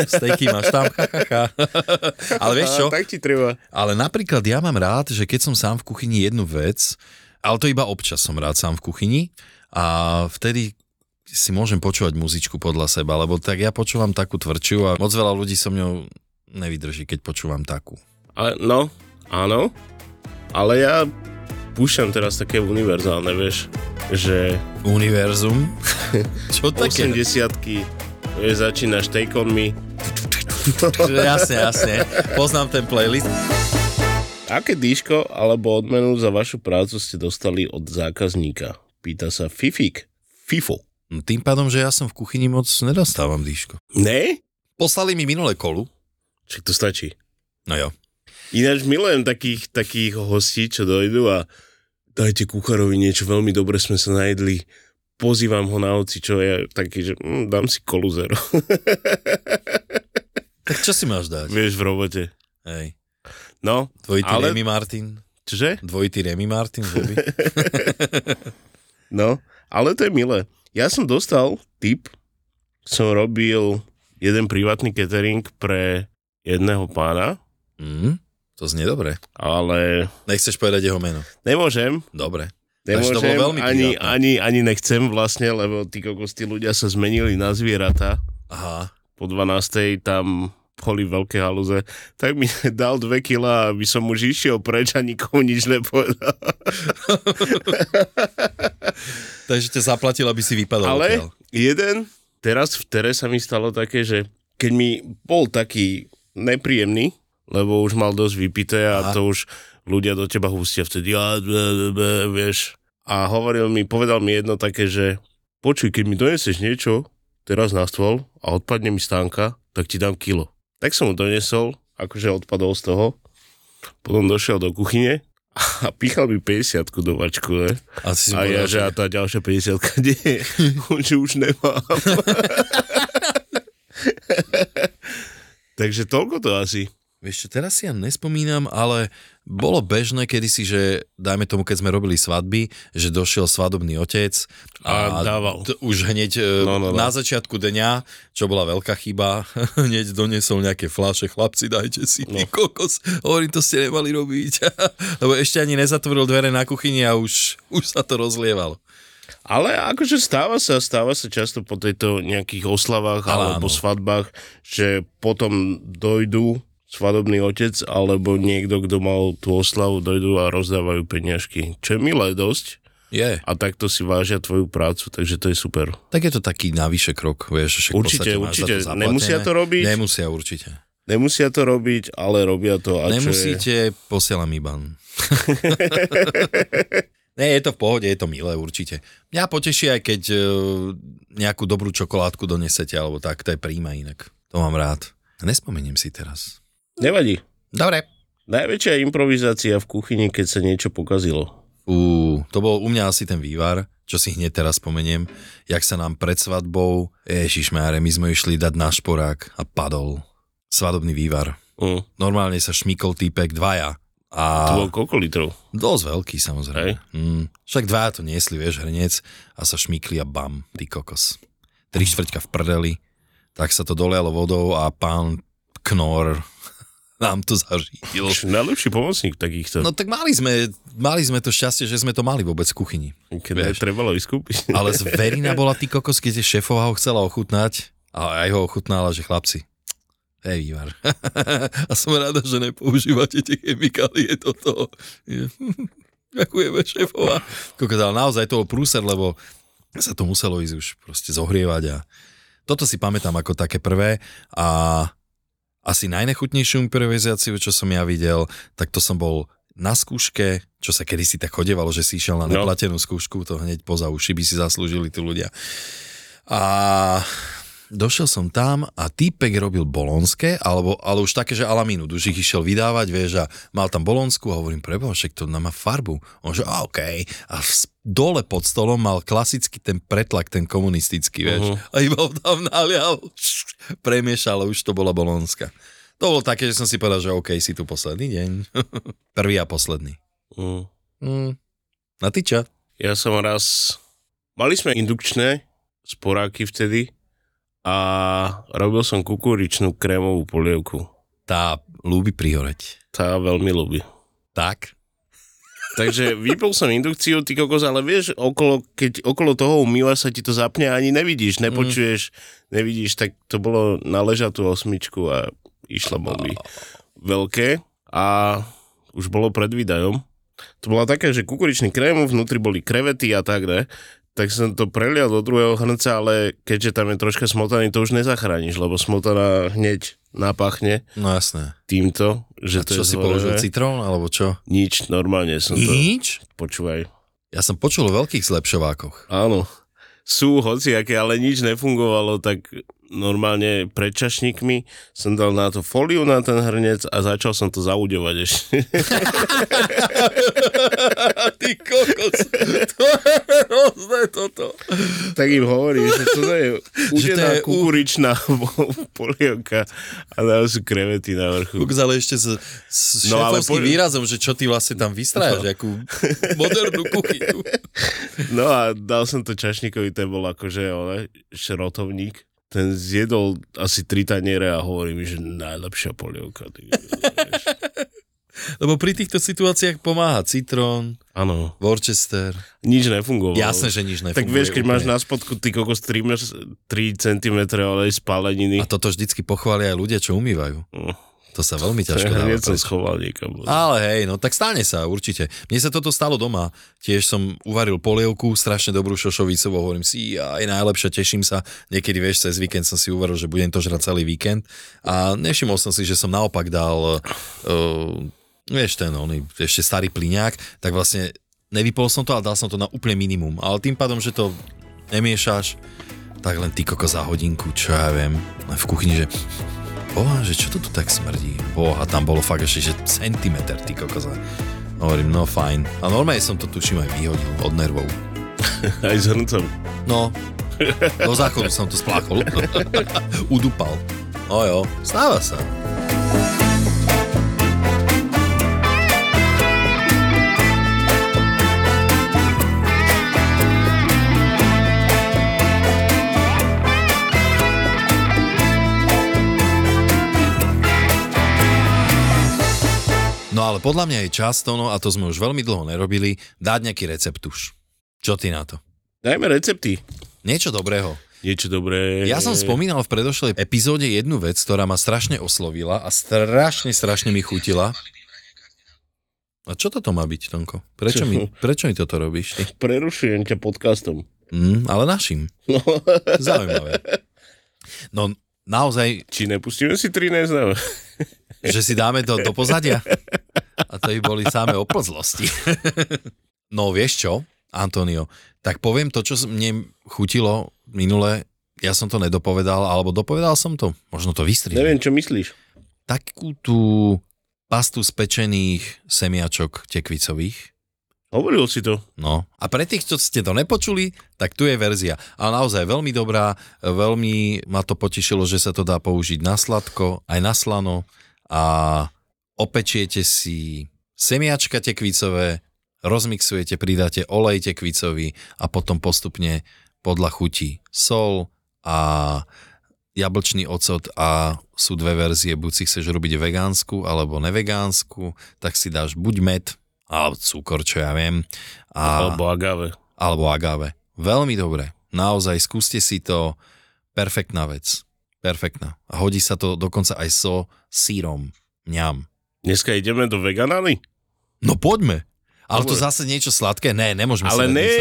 Speaker 5: Stejky máš tam, ha, ha, ha. Ale vieš čo,
Speaker 4: A, tak ti treba.
Speaker 5: ale napríklad ja mám rád, že keď som sám v kuchyni jednu vec, ale to iba občas som rád sám v kuchyni a vtedy si môžem počúvať muzičku podľa seba, lebo tak ja počúvam takú tvrdšiu a moc veľa ľudí so mňou nevydrží, keď počúvam takú.
Speaker 4: A, no, áno, ale ja púšťam teraz také univerzálne, vieš, že
Speaker 5: Univerzum? Čo také?
Speaker 4: 80-ky, vieš, začínaš take on me.
Speaker 5: Jasne, jasne. Poznám ten playlist.
Speaker 4: Aké dýško alebo odmenu za vašu prácu ste dostali od zákazníka? Pýta sa Fifik. Fifo.
Speaker 5: No, Tým pádom, že ja som v kuchyni moc nedostávam dýško.
Speaker 4: Ne?
Speaker 5: Poslali mi minulé kolu.
Speaker 4: Čiže to stačí.
Speaker 5: No jo.
Speaker 4: Ináč milujem takých, takých hostí, čo dojdú a dajte kuchárovi niečo, veľmi dobre sme sa najedli, pozývam ho na oci, čo je taký, že mm, dám si kolu zero,
Speaker 5: Tak čo si máš dať?
Speaker 4: vieš, v robote.
Speaker 5: Hej.
Speaker 4: No,
Speaker 5: Dvojitý
Speaker 4: Ale-
Speaker 5: Remy Martin.
Speaker 4: čože?
Speaker 5: Dvojitý Remy Martin, že by?
Speaker 4: No, ale to je milé. Ja som dostal tip, som robil jeden privátny catering pre jedného pána,
Speaker 5: Mm, to znie dobre.
Speaker 4: ale
Speaker 5: Nechceš povedať jeho meno.
Speaker 4: nemôžem,
Speaker 5: Dobre. Takže to bolo
Speaker 4: Nemôžem,
Speaker 5: veľmi
Speaker 4: ani,
Speaker 5: privátne.
Speaker 4: ani, ani nechcem vlastne, lebo tí kokos, tí ľudia sa zmenili na zvieratá.
Speaker 5: Aha.
Speaker 4: Po 12. tam boli veľké halúze, tak mi dal dve kila, aby som už išiel preč a nikomu nič nepovedal.
Speaker 5: Takže ťa zaplatil, aby si vypadal.
Speaker 4: Ale
Speaker 5: odtiaľ.
Speaker 4: jeden, teraz v tere sa mi stalo také, že keď mi bol taký nepríjemný, lebo už mal dosť vypité a to už ľudia do teba hustia vtedy, a, b, b, b, vieš. A hovoril mi, povedal mi jedno také, že počuj, keď mi donesieš niečo teraz na stôl a odpadne mi stánka, tak ti dám kilo. Tak som mu donesol, akože odpadol z toho. Potom došiel do kuchyne a pichal mi 50 do vačku, ne?
Speaker 5: A si si
Speaker 4: A ja,
Speaker 5: povedal,
Speaker 4: že a tá ďalšia 50 kde je? On, že už nemám. Takže toľko to asi.
Speaker 5: Vieš čo, teraz si ja nespomínam, ale bolo bežné kedysi, že dajme tomu, keď sme robili svadby, že došiel svadobný otec
Speaker 4: A dával.
Speaker 5: T- už hneď no, no, no. na začiatku dňa, čo bola veľká chyba, hneď doniesol nejaké fľaše, chlapci, dajte si no. ty kokos, hovorím, to ste nemali robiť, lebo ešte ani nezatvoril dvere na kuchyni a už, už sa to rozlievalo.
Speaker 4: Ale akože stáva sa, stáva sa často po tejto nejakých oslavách
Speaker 5: Ale
Speaker 4: ale alebo
Speaker 5: áno.
Speaker 4: svadbách, že potom dojdú svadobný otec alebo niekto, kto mal tú oslavu, dojdú a rozdávajú peňažky. Čo je milé dosť
Speaker 5: Je.
Speaker 4: a takto si vážia tvoju prácu, takže to je super.
Speaker 5: Tak je to taký navyše krok, vieš. Však
Speaker 4: Určite,
Speaker 5: v podstate máš za
Speaker 4: určite.
Speaker 5: to zaplatené.
Speaker 4: Nemusia to robiť?
Speaker 5: Nemusia určite.
Speaker 4: Nemusia to robiť, ale robia to. A Čo je...
Speaker 5: Nemusíte, posielam IBAN. Nie, je to v pohode, je to milé určite. Mňa poteší aj keď e, nejakú dobrú čokoládku donesete, alebo tak, to je príjma inak. To mám rád. Nespomeniem si teraz.
Speaker 4: Nevadí.
Speaker 5: Dobre.
Speaker 4: Najväčšia improvizácia v kuchyni, keď sa niečo pokazilo.
Speaker 5: Ú, to bol u mňa asi ten vývar, čo si hneď teraz spomeniem, jak sa nám pred svadbou, ježišmáre, my sme išli dať na šporák a padol. Svadobný vývar.
Speaker 4: Mm.
Speaker 5: Normálne sa šmykol týpek dvaja. A...
Speaker 4: To bolo koľko litrov?
Speaker 5: Dosť veľký, samozrejme. Mm. Však dva to niesli, vieš, hrniec a sa šmykli a bam, ty kokos. Tri štvrťka v prdeli, tak sa to dolialo vodou a pán Knor nám to zařídil.
Speaker 4: Čo, Najlepší pomocník takýchto, no,
Speaker 5: No tak mali sme, mali sme to šťastie, že sme to mali vôbec v kuchyni.
Speaker 4: keď
Speaker 5: vieš.
Speaker 4: trebalo vyskúpiť.
Speaker 5: Ale zverina bola ty kokos, keď je šéfová ho chcela ochutnať a aj ho ochutnala, že chlapci, to je vývar. a som rada, že nepoužívate tie chemikálie toto. Je, Ďakujeme šéfová. Kokos, ale naozaj to bol prúser, lebo sa to muselo ísť už proste zohrievať a toto si pamätám ako také prvé a asi najnechutnejšiu improvizáciu, čo som ja videl, tak to som bol na skúške, čo sa kedysi tak chodevalo, že si išiel na
Speaker 4: No.
Speaker 5: neplatenú skúšku, to hneď poza uši by si zaslúžili tí ľudia. A došiel som tam a týpek robil bolonské, alebo, ale už také, že alamínu, už ich išiel vydávať, vieš, a mal tam bolonskú a hovorím, preboha, však to má farbu. On že, a okej. A v, s- dole pod stolom mal klasicky ten pretlak, ten komunistický, vieš. Uh-huh. A iba ho tam nalial, šš, premiešal, a už to bola bolonská. To bolo také, že som si povedal, že OK, si tu posledný deň. Prvý a posledný.
Speaker 4: Mm.
Speaker 5: Mm. Na ty čo?
Speaker 4: Ja som raz... Mali sme indukčné sporáky vtedy a robil som kukuričnú krémovú polievku.
Speaker 5: Tá ľúbi prihoreť.
Speaker 4: Tá veľmi ľúbi.
Speaker 5: Tak?
Speaker 4: Takže vypol som indukciu, ty kokos, ale vieš, okolo, keď okolo toho umýva sa ti to zapne a ani nevidíš, nepočuješ, nevidíš, tak to bolo na ležatú osmičku a išla bomby. Veľké a už bolo pred výdajom. To bola také, že kukuričný krém, vnútri boli krevety a tak, ne? Tak som to prelial do druhého hrnca, ale keďže tam je troška smotany, to už nezachrániš, lebo smotana hneď napachne
Speaker 5: No jasné.
Speaker 4: týmto, že
Speaker 5: A
Speaker 4: to
Speaker 5: čo
Speaker 4: je
Speaker 5: si
Speaker 4: tvorené.
Speaker 5: položil citrón, alebo čo?
Speaker 4: Nič, normálne
Speaker 5: No
Speaker 4: som to...
Speaker 5: Nič?
Speaker 4: Počúvaj.
Speaker 5: Ja som počul o veľkých zlepšovákoch.
Speaker 4: Áno. Sú hociaké, ale nič nefungovalo, tak normálne pred čašníkmi som dal na to fóliu na ten hrnec a začal som to zaudevať ešte.
Speaker 5: Ty kokos, to je hrozné toto.
Speaker 4: tak im hovorím, že to je udená
Speaker 5: je u-
Speaker 4: kukuričná polievka a tam sú krevety na vrchu.
Speaker 5: Kokos, ale ešte s, s
Speaker 4: No, ale
Speaker 5: šéfovským
Speaker 4: po-
Speaker 5: výrazom, že čo ty vlastne tam vystrájaš, akú modernú kuchyňu.
Speaker 4: No a dal som to čašníkovi, ten bol akože ale, šrotovník. Ten zjedol asi tri taniere a hovorí mi, že najlepšia polievka. Ty.
Speaker 5: Lebo pri týchto situáciách pomáha Citrón,
Speaker 4: Áno.
Speaker 5: Worcester.
Speaker 4: Nič nefungovalo.
Speaker 5: Jasné, že nič nefunguje.
Speaker 4: Tak vieš, keď máš
Speaker 5: úplne.
Speaker 4: na spodku ty kokos 3, 3 cm olej spaleniny.
Speaker 5: A toto vždycky pochvália aj ľudia, čo umývajú.
Speaker 4: Mm.
Speaker 5: To sa veľmi ťažko
Speaker 4: Ja
Speaker 5: dáva.
Speaker 4: hneď som schoval niekam.
Speaker 5: Ale hej, no tak stane sa, určite. Mne sa toto stalo doma. Tiež som uvaril polievku, strašne dobrú šošovicovú, hovorím si, ja je najlepšia, teším sa. Niekedy, vieš, cez víkend som si uvaril, že budem to žrať celý víkend. A nevšimol som si, že som naopak dal, uh, vieš, ten oný, ešte starý plyňák, tak vlastne nevypol som to, ale dal som to na úplne minimum. Ale tým pádom, že to nemiešaš, tak len ty koko za hodinku, čo ja viem, len v kuchyni, že Boha, že čo to tu tak smrdí? Boha, tam bolo fakt ešte, že centimeter, ty kokoza. Hovorím, no fajn. A normálne som to tuším aj vyhodil od nervov.
Speaker 4: Aj s hrncom.
Speaker 5: No, do záchodu som to spláchol. Udupal. No jo, stáva sa. No ale podľa mňa je často, no a to sme už veľmi dlho nerobili, dať nejaký recept už. Čo ty na to?
Speaker 4: Dajme recepty.
Speaker 5: Niečo dobrého.
Speaker 4: Niečo dobré.
Speaker 5: Ja som spomínal v predošlej epizóde jednu vec, ktorá ma strašne oslovila a strašne, strašne mi chutila. A čo toto má byť, Tonko? Prečo
Speaker 4: Čo?
Speaker 5: mi, prečo mi toto robíš ty?
Speaker 4: Prerušujem ťa podcastom.
Speaker 5: Mm, ale našim.
Speaker 4: No,
Speaker 5: Zaujímavé. No naozaj,
Speaker 4: či nepustíme si tri neznáme.
Speaker 5: že si dáme to do pozadia. A to by boli samé oplzlosti. No vieš čo, Antonio, tak poviem to, čo mne chutilo minule, ja som to nedopovedal, alebo dopovedal som to, možno to vystrihnem.
Speaker 4: Neviem, čo myslíš.
Speaker 5: takú tú pastu z pečených semiačok tekvicových.
Speaker 4: Hovoril si to.
Speaker 5: No. A pre tých, čo ste to nepočuli, tak tu je verzia. Ale naozaj veľmi dobrá, veľmi ma to potešilo, že sa to dá použiť na sladko, aj na slano a opečiete si semiačka tekvicové, rozmixujete, pridáte olej tekvicový a potom postupne podľa chuti sol a jablčný ocot a sú dve verzie, buď si chceš robiť vegánsku alebo nevegánsku, tak si dáš buď med, alebo cukor, čo ja viem, a, alebo.
Speaker 4: Alebo agave.
Speaker 5: alebo agave. Veľmi dobre, naozaj skúste si to, perfektná vec, perfektná. A hodí sa to dokonca aj so sírom, mňam.
Speaker 4: Dneska ideme do veganány.
Speaker 5: No poďme, ale to
Speaker 4: Dobre.
Speaker 5: zase niečo sladké, ne, nemôžeme
Speaker 4: Ale
Speaker 5: si dať
Speaker 4: ne,
Speaker 5: nič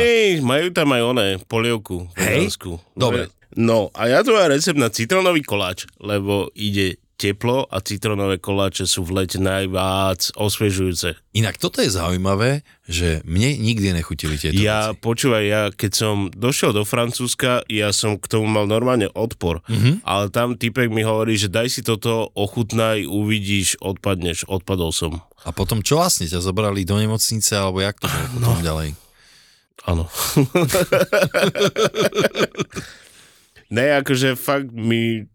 Speaker 5: sladké.
Speaker 4: majú tam aj oné, polievku.
Speaker 5: Hej?
Speaker 4: vegánsku.
Speaker 5: Dobre.
Speaker 4: No a ja tu mám recept na citrónový koláč, lebo ide teplo a citrónové koláče sú v lete najviac osviežujúce.
Speaker 5: Inak toto je zaujímavé, že mne nikdy nechutili tieto
Speaker 4: Ja,
Speaker 5: veci.
Speaker 4: počúvaj, ja keď som došiel do Francúzska, ja som k tomu mal normálne odpor. Mm-hmm. Ale tam typek mi hovorí, že daj si toto, ochutnaj, uvidíš, odpadneš. Odpadol som.
Speaker 5: A potom čo vlastne? Ťa zobrali do nemocnice, alebo jak to bolo potom
Speaker 4: No.
Speaker 5: ďalej?
Speaker 4: Áno. ne, akože fakt mi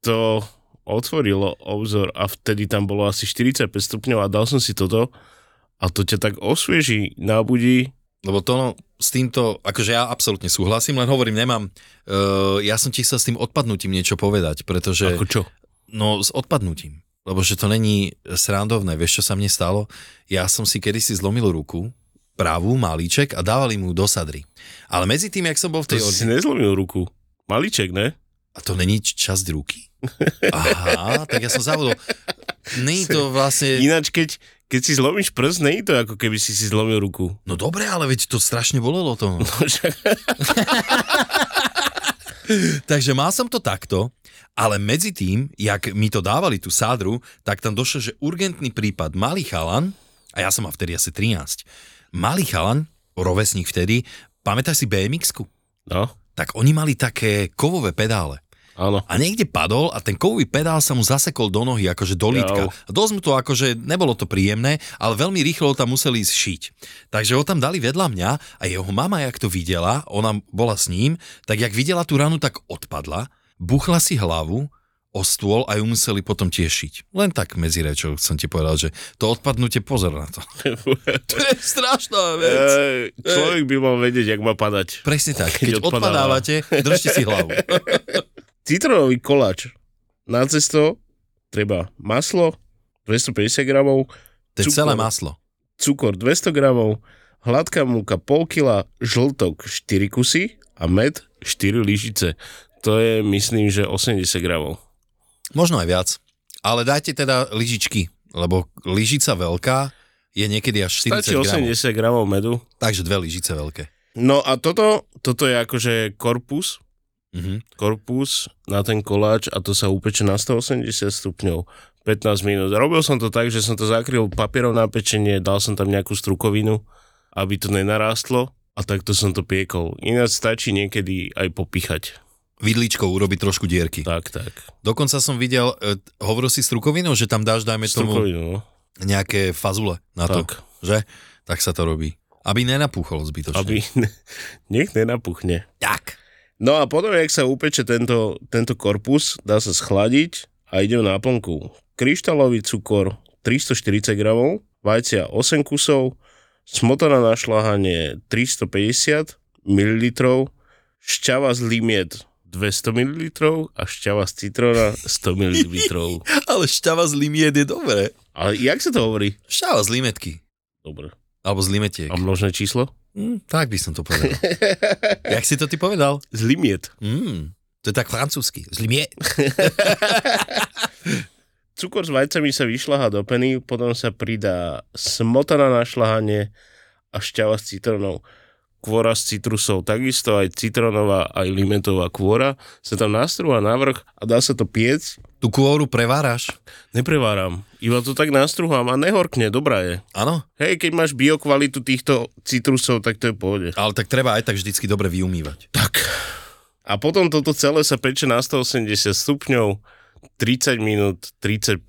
Speaker 4: to otvorilo obzor a vtedy tam bolo asi 45 stupňov a dal som si toto a to ťa tak osvieží, nabudí.
Speaker 5: Lebo to no, s týmto, akože ja absolútne súhlasím, len hovorím, nemám, uh, ja som ti chcel s tým odpadnutím niečo povedať, pretože,
Speaker 4: Ako čo?
Speaker 5: no s odpadnutím, lebo že to není srandovné, vieš čo sa mne stalo? Ja som si kedysi zlomil ruku, pravú, malíček a dávali mu do sadry. Ale medzi tým, jak som bol
Speaker 4: To
Speaker 5: v tej
Speaker 4: si
Speaker 5: ordi...
Speaker 4: nezlomil ruku. Maliček, ne?
Speaker 5: A to není časť ruky? Aha, tak ja som zavodol. Není to vlastne...
Speaker 4: Ináč, keď, keď si zlomíš prst, nie je to ako keby si si zlomil ruku.
Speaker 5: No dobre, ale veď to strašne bolelo to. Takže mal som to takto, ale medzi tým, jak mi to dávali tú sádru, tak tam došlo, že urgentný prípad. Malý chalan, a ja som mal vtedy asi 13, malý chalan, rovesník vtedy, pamätáš si bmx
Speaker 4: No,
Speaker 5: Tak oni mali také kovové pedále.
Speaker 4: áno.
Speaker 5: A niekde padol a ten kovový pedál sa mu zasekol do nohy, akože do lítka.
Speaker 4: Jau.
Speaker 5: A dosť mu to akože, nebolo to príjemné, ale veľmi rýchlo ho tam museli zšiť. Takže ho tam dali vedľa mňa a jeho mama, jak to videla, ona bola s ním, tak jak videla tú ranu, tak odpadla, buchla si hlavu o stôl a ju museli potom tiešiť. Len tak medzi rečou som ti povedal, že to odpadnutie, pozor na to. to je strašná
Speaker 4: E,
Speaker 5: vec.
Speaker 4: človek by mal vedieť, jak má padať.
Speaker 5: Presne tak,
Speaker 4: Keď
Speaker 5: keď,
Speaker 4: odpadáva.
Speaker 5: odpadávate, držte si hlavu.
Speaker 4: Citronový koláč. Na cesto treba maslo, 250 gramov,
Speaker 5: To je
Speaker 4: Cukor.
Speaker 5: celé maslo.
Speaker 4: cukor 200 gramov, hladká múka pol kila, žltok 4 kusy a med 4 lyžice. To je, myslím, že 80 gramov.
Speaker 5: Možno aj viac. Ale dajte teda lyžičky, lebo lyžica veľká je niekedy až
Speaker 4: Stačí
Speaker 5: 40 gramov.
Speaker 4: 80 gramov medu.
Speaker 5: Takže dve lyžice veľké.
Speaker 4: No a toto, toto je akože korpus,
Speaker 5: Mhm.
Speaker 4: korpus na ten koláč a to sa upeče na 180 stupňov. 15 minút. Robil som to tak, že som to zakryl papierom na pečenie, dal som tam nejakú strukovinu, aby to nenarástlo a takto som to piekol. Ináč stačí niekedy aj popichať.
Speaker 5: Vidličkou urobiť trošku dierky.
Speaker 4: Tak, tak.
Speaker 5: Dokonca som videl, e, hovoril si s trukovinou, že tam dáš, dajme tomu,
Speaker 4: Strukovinu, no.
Speaker 5: nejaké fazule na to,
Speaker 4: Tak.
Speaker 5: že? Tak sa to robí. Aby nenapúchol zbytočne.
Speaker 4: Aby nech nenapuchne.
Speaker 5: Tak.
Speaker 4: No a potom, jak sa upeče tento, tento korpus, dá sa schladiť a ide na plnku. Kryštálový cukor 340 gramov, vajcia 8 kusov, smotana na šláhanie 350 ml, šťava z limiet 200 ml a šťava z citróna 100 ml.
Speaker 5: Ale šťava z limiet je dobré.
Speaker 4: Ale jak sa to hovorí?
Speaker 5: Šťava z limetky.
Speaker 4: Dobre.
Speaker 5: Alebo z limetiek.
Speaker 4: A množné číslo?
Speaker 5: Mm, tak by som to povedal. Jak si to ty povedal?
Speaker 4: Z limiet.
Speaker 5: Mm, to je tak francúzsky. Z limiet.
Speaker 4: cukor s vajcami sa vyšľahá do peny, potom sa pridá smotana na šľahanie a šťava s citrónou. Kvora s citrusov, takisto aj citrónová, aj limetová kvora sa tam nastrúha na vrch a dá sa to piec.
Speaker 5: Tú kôru preváraš?
Speaker 4: Nepreváram, iba to tak nastruhám a nehorkne, dobrá je.
Speaker 5: Áno,
Speaker 4: Hej, keď máš biokvalitu týchto citrusov, tak to je v pohode.
Speaker 5: ale tak treba aj tak vždycky dobre vyumývať.
Speaker 4: Tak. A potom toto celé sa peče na 180 stupňov, 30 minút, 35.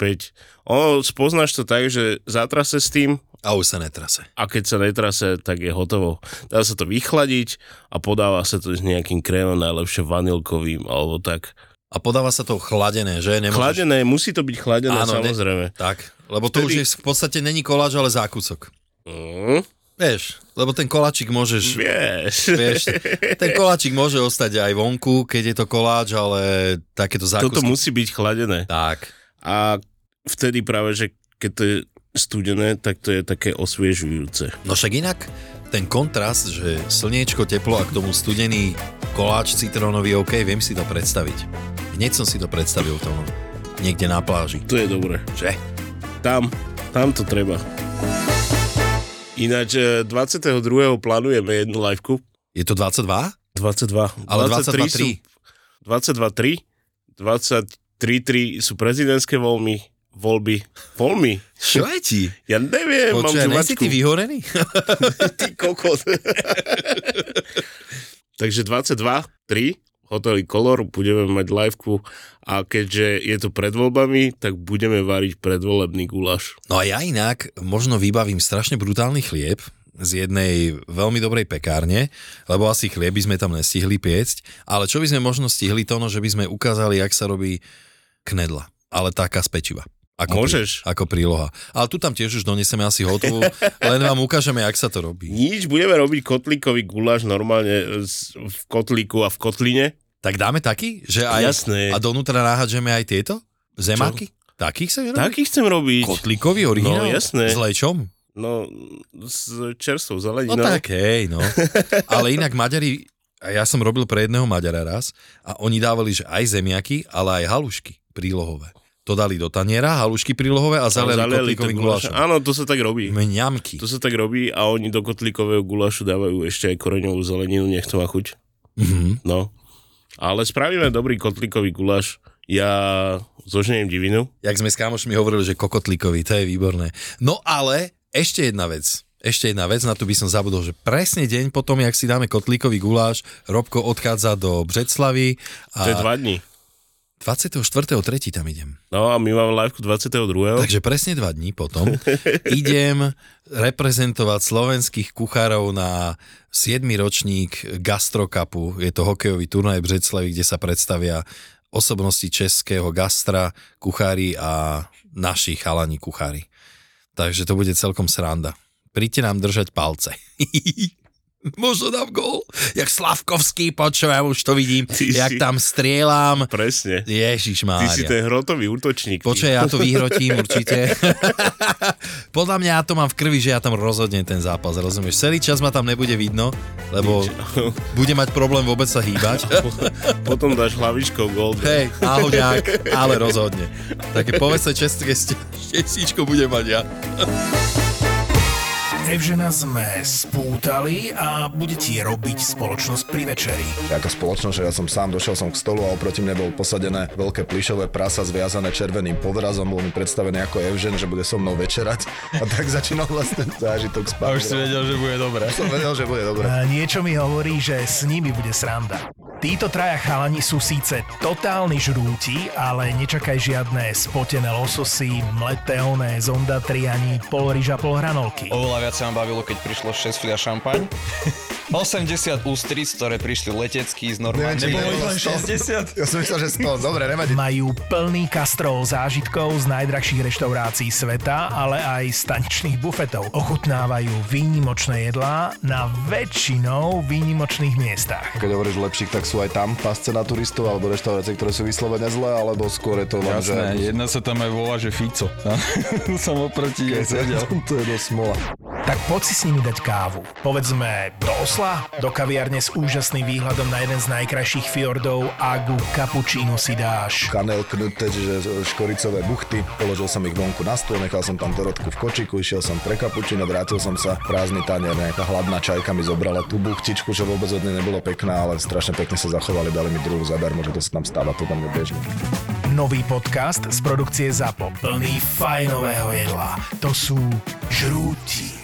Speaker 4: Ono, spoznáš to tak, že zatrase s tým,
Speaker 5: A už sa netrase.
Speaker 4: a keď sa netrase, tak je hotovo. Dá sa to vychladiť a podáva sa to s nejakým krémom, najlepšie vanilkovým alebo tak.
Speaker 5: A podáva sa to chladené, že? Nemôžeš...
Speaker 4: Chladené, musí to byť chladené
Speaker 5: Áno, ne-
Speaker 4: samozrejme.
Speaker 5: Tak, lebo to
Speaker 4: Vtedy-
Speaker 5: už je v podstate není koláč, ale zákúcok.
Speaker 4: Mm,
Speaker 5: Vieš, lebo ten koláčik môžeš...
Speaker 4: vieš.
Speaker 5: Vieš, ten koláčik môže ostať aj vonku, keď je to koláč, ale takéto
Speaker 4: Toto
Speaker 5: zákúsky...
Speaker 4: musí byť chladené.
Speaker 5: Tak.
Speaker 4: A vtedy práve, že keď to je studené, tak to je také osviežujúce.
Speaker 5: No však inak ten kontrast, že slniečko, teplo a k tomu studený koláč citrónový, OK, viem si to predstaviť. Hneď som si to predstavil v tom niekde na pláži.
Speaker 4: To je dobré.
Speaker 5: Že?
Speaker 4: Tam, tam to treba. Ináč e, 22. plánujeme jednu liveku.
Speaker 5: Je to 22?
Speaker 4: 22.
Speaker 5: Ale
Speaker 4: 23 sú
Speaker 5: 22, 3.
Speaker 4: 22-3, 23-3 sú prezidentské voľby, voľby, voľby.
Speaker 5: Čo je ti?
Speaker 4: Ja neviem, mám
Speaker 5: Počuaj, nejsi
Speaker 4: žuvačku.
Speaker 5: ty vyhorený?
Speaker 4: Ty kokot. Takže 22-3, hotový kolor, budeme mať liveku a keďže je to pred voľbami, tak budeme variť predvolebný guláš.
Speaker 5: No a ja inak možno vybavím strašne brutálny chlieb z jednej veľmi dobrej pekárne, lebo asi chlieb by sme tam nestihli piecť, ale čo by sme možno stihli to, no, že by sme ukázali, jak sa robí knedla, ale taká z pečiva. Ako
Speaker 4: Môžeš.
Speaker 5: Pri, ako príloha. Ale tu tam tiež už doneseme asi hotovú, len vám ukážeme, jak sa to robí.
Speaker 4: Nič, budeme robiť kotlíkový guláš normálne z- v kotlíku a v kotline.
Speaker 5: Tak dáme taký, že aj...
Speaker 4: Jasné.
Speaker 5: A donútra nahážeme aj tieto? Zemáky? Takých sa robí?
Speaker 4: No, Taký chcem robiť.
Speaker 5: Kotlíkový originál?
Speaker 4: No, jasné.
Speaker 5: S lečom?
Speaker 4: No, s čerstvou
Speaker 5: No,
Speaker 4: zeleninou.
Speaker 5: no tak, hej, no. Ale inak Maďari, a ja som robil pre jedného Maďara raz a oni dávali, že aj zemiaky, ale aj halušky prílohové. To dali do taniera, halušky prílohové a zaleli,
Speaker 4: Zaleli
Speaker 5: zaleli
Speaker 4: to
Speaker 5: kotlíkovým
Speaker 4: gulášom.
Speaker 5: gulášom.
Speaker 4: Áno, to sa tak robí.
Speaker 5: Mňamky.
Speaker 4: To sa tak robí a oni do kotlíkového gulašu dávajú ešte aj koreňovú zeleninu, nech to má chuť.
Speaker 5: Mhm.
Speaker 4: No. Ale spravíme dobrý kotlíkový guláš. Ja zoženiem divinu.
Speaker 5: Jak sme s kamošmi hovorili, že kokotlíkový, to je výborné. No ale ešte jedna vec. Ešte jedna vec, na tu by som zabudol, že presne deň potom, jak si dáme kotlíkový guláš, Robko odchádza do Břeclavy
Speaker 4: To je
Speaker 5: a
Speaker 4: dva dní.
Speaker 5: 24.3. tam idem.
Speaker 4: No a my máme liveku 22.
Speaker 5: Takže presne dva dní potom idem reprezentovať slovenských kuchárov na 7. ročník Gastrokapu. Je to hokejový turnaj v Břeclavi, kde sa predstavia osobnosti českého gastra, kuchári a naši chalani kuchári. Takže to bude celkom sranda. Príďte nám držať palce. možno dám gól. Jak Slavkovský, počujem, už to vidím,
Speaker 4: Ty
Speaker 5: jak
Speaker 4: si-
Speaker 5: tam strieľam.
Speaker 4: Presne.
Speaker 5: Ježiš
Speaker 4: Ty si
Speaker 5: Mária.
Speaker 4: ten hrotový útočník. ty.
Speaker 5: Počkaj, ja to vyhrotím určite. Podľa mňa ja to mám v krvi, že ja tam rozhodnem ten zápas, rozumieš? Celý čas ma tam nebude vidno, lebo bude mať problém vôbec sa hýbať.
Speaker 4: Potom dáš hlavičkou gol.
Speaker 5: Hej, ahodiak, ale rozhodne. Také povesť české štiesíčko bude mať ja.
Speaker 7: Evžena sme spútali a bude ti robiť spoločnosť pri večeri.
Speaker 8: Ako spoločnosť, že ja som sám, došiel som k stolu a oproti mne bol posadené veľké plišové prasa zviazané červeným podrazom, bol mi predstavený ako Evžen, že bude so mnou večerať a tak začínal vlastne zážitok spať. Už si vedel, že bude dobre. Som vedel, že bude dobre.
Speaker 6: A niečo mi hovorí, že s nimi bude sranda. Títo traja chalani sú síce totálni žrúti, ale nečakaj žiadne spotené lososy, mleté oné zondatri ani pol ryža, pol hranolky.
Speaker 9: Oveľa viac sa ma bavilo, keď prišlo 6 fľa šampaň. 80 ústric, ktoré prišli letecky z
Speaker 8: Neviem, či
Speaker 9: Normandy.
Speaker 8: bolo iba 60. Ja som myslel, že 100. Dobre, nevadí.
Speaker 6: Majú plný kastrol zážitkov z najdrahších reštaurácií sveta, ale aj z tanečných bufetov. Ochutnávajú výnimočné jedlá na väčšinou výnimočných miestach.
Speaker 8: Keď hovoríš lepších, tak sú aj tam pasce na turistov alebo reštaurácie, ktoré sú vyslovene zlé, alebo skôr je to len, že...
Speaker 9: Jasné, jedna sa tam aj volá, že Fico. Som oproti jej sedel.
Speaker 8: to je dosť smola.
Speaker 6: Tak poď si s nimi dať kávu. Povedzme do Osla, do kaviarne s úžasným výhľadom na jeden z najkrajších fjordov a ku kapučínu si dáš.
Speaker 8: Kanel knute, čiže škoricové buchty. Položil som ich vonku na stôl, nechal som tam Dorotku v kočiku, išiel som pre kapučino, vrátil som sa, prázdny tanier, nejaká hladná čajka mi zobrala tú buchtičku, čo vôbec od nej nebolo pekná, ale strašne pekne sa zachovali, dali mi druhú zadarmo, že to sa tam stáva, to tam je bežne.
Speaker 6: Nový podcast z produkcie ZAPO. Plný fajnového jedla. To sú žrúti.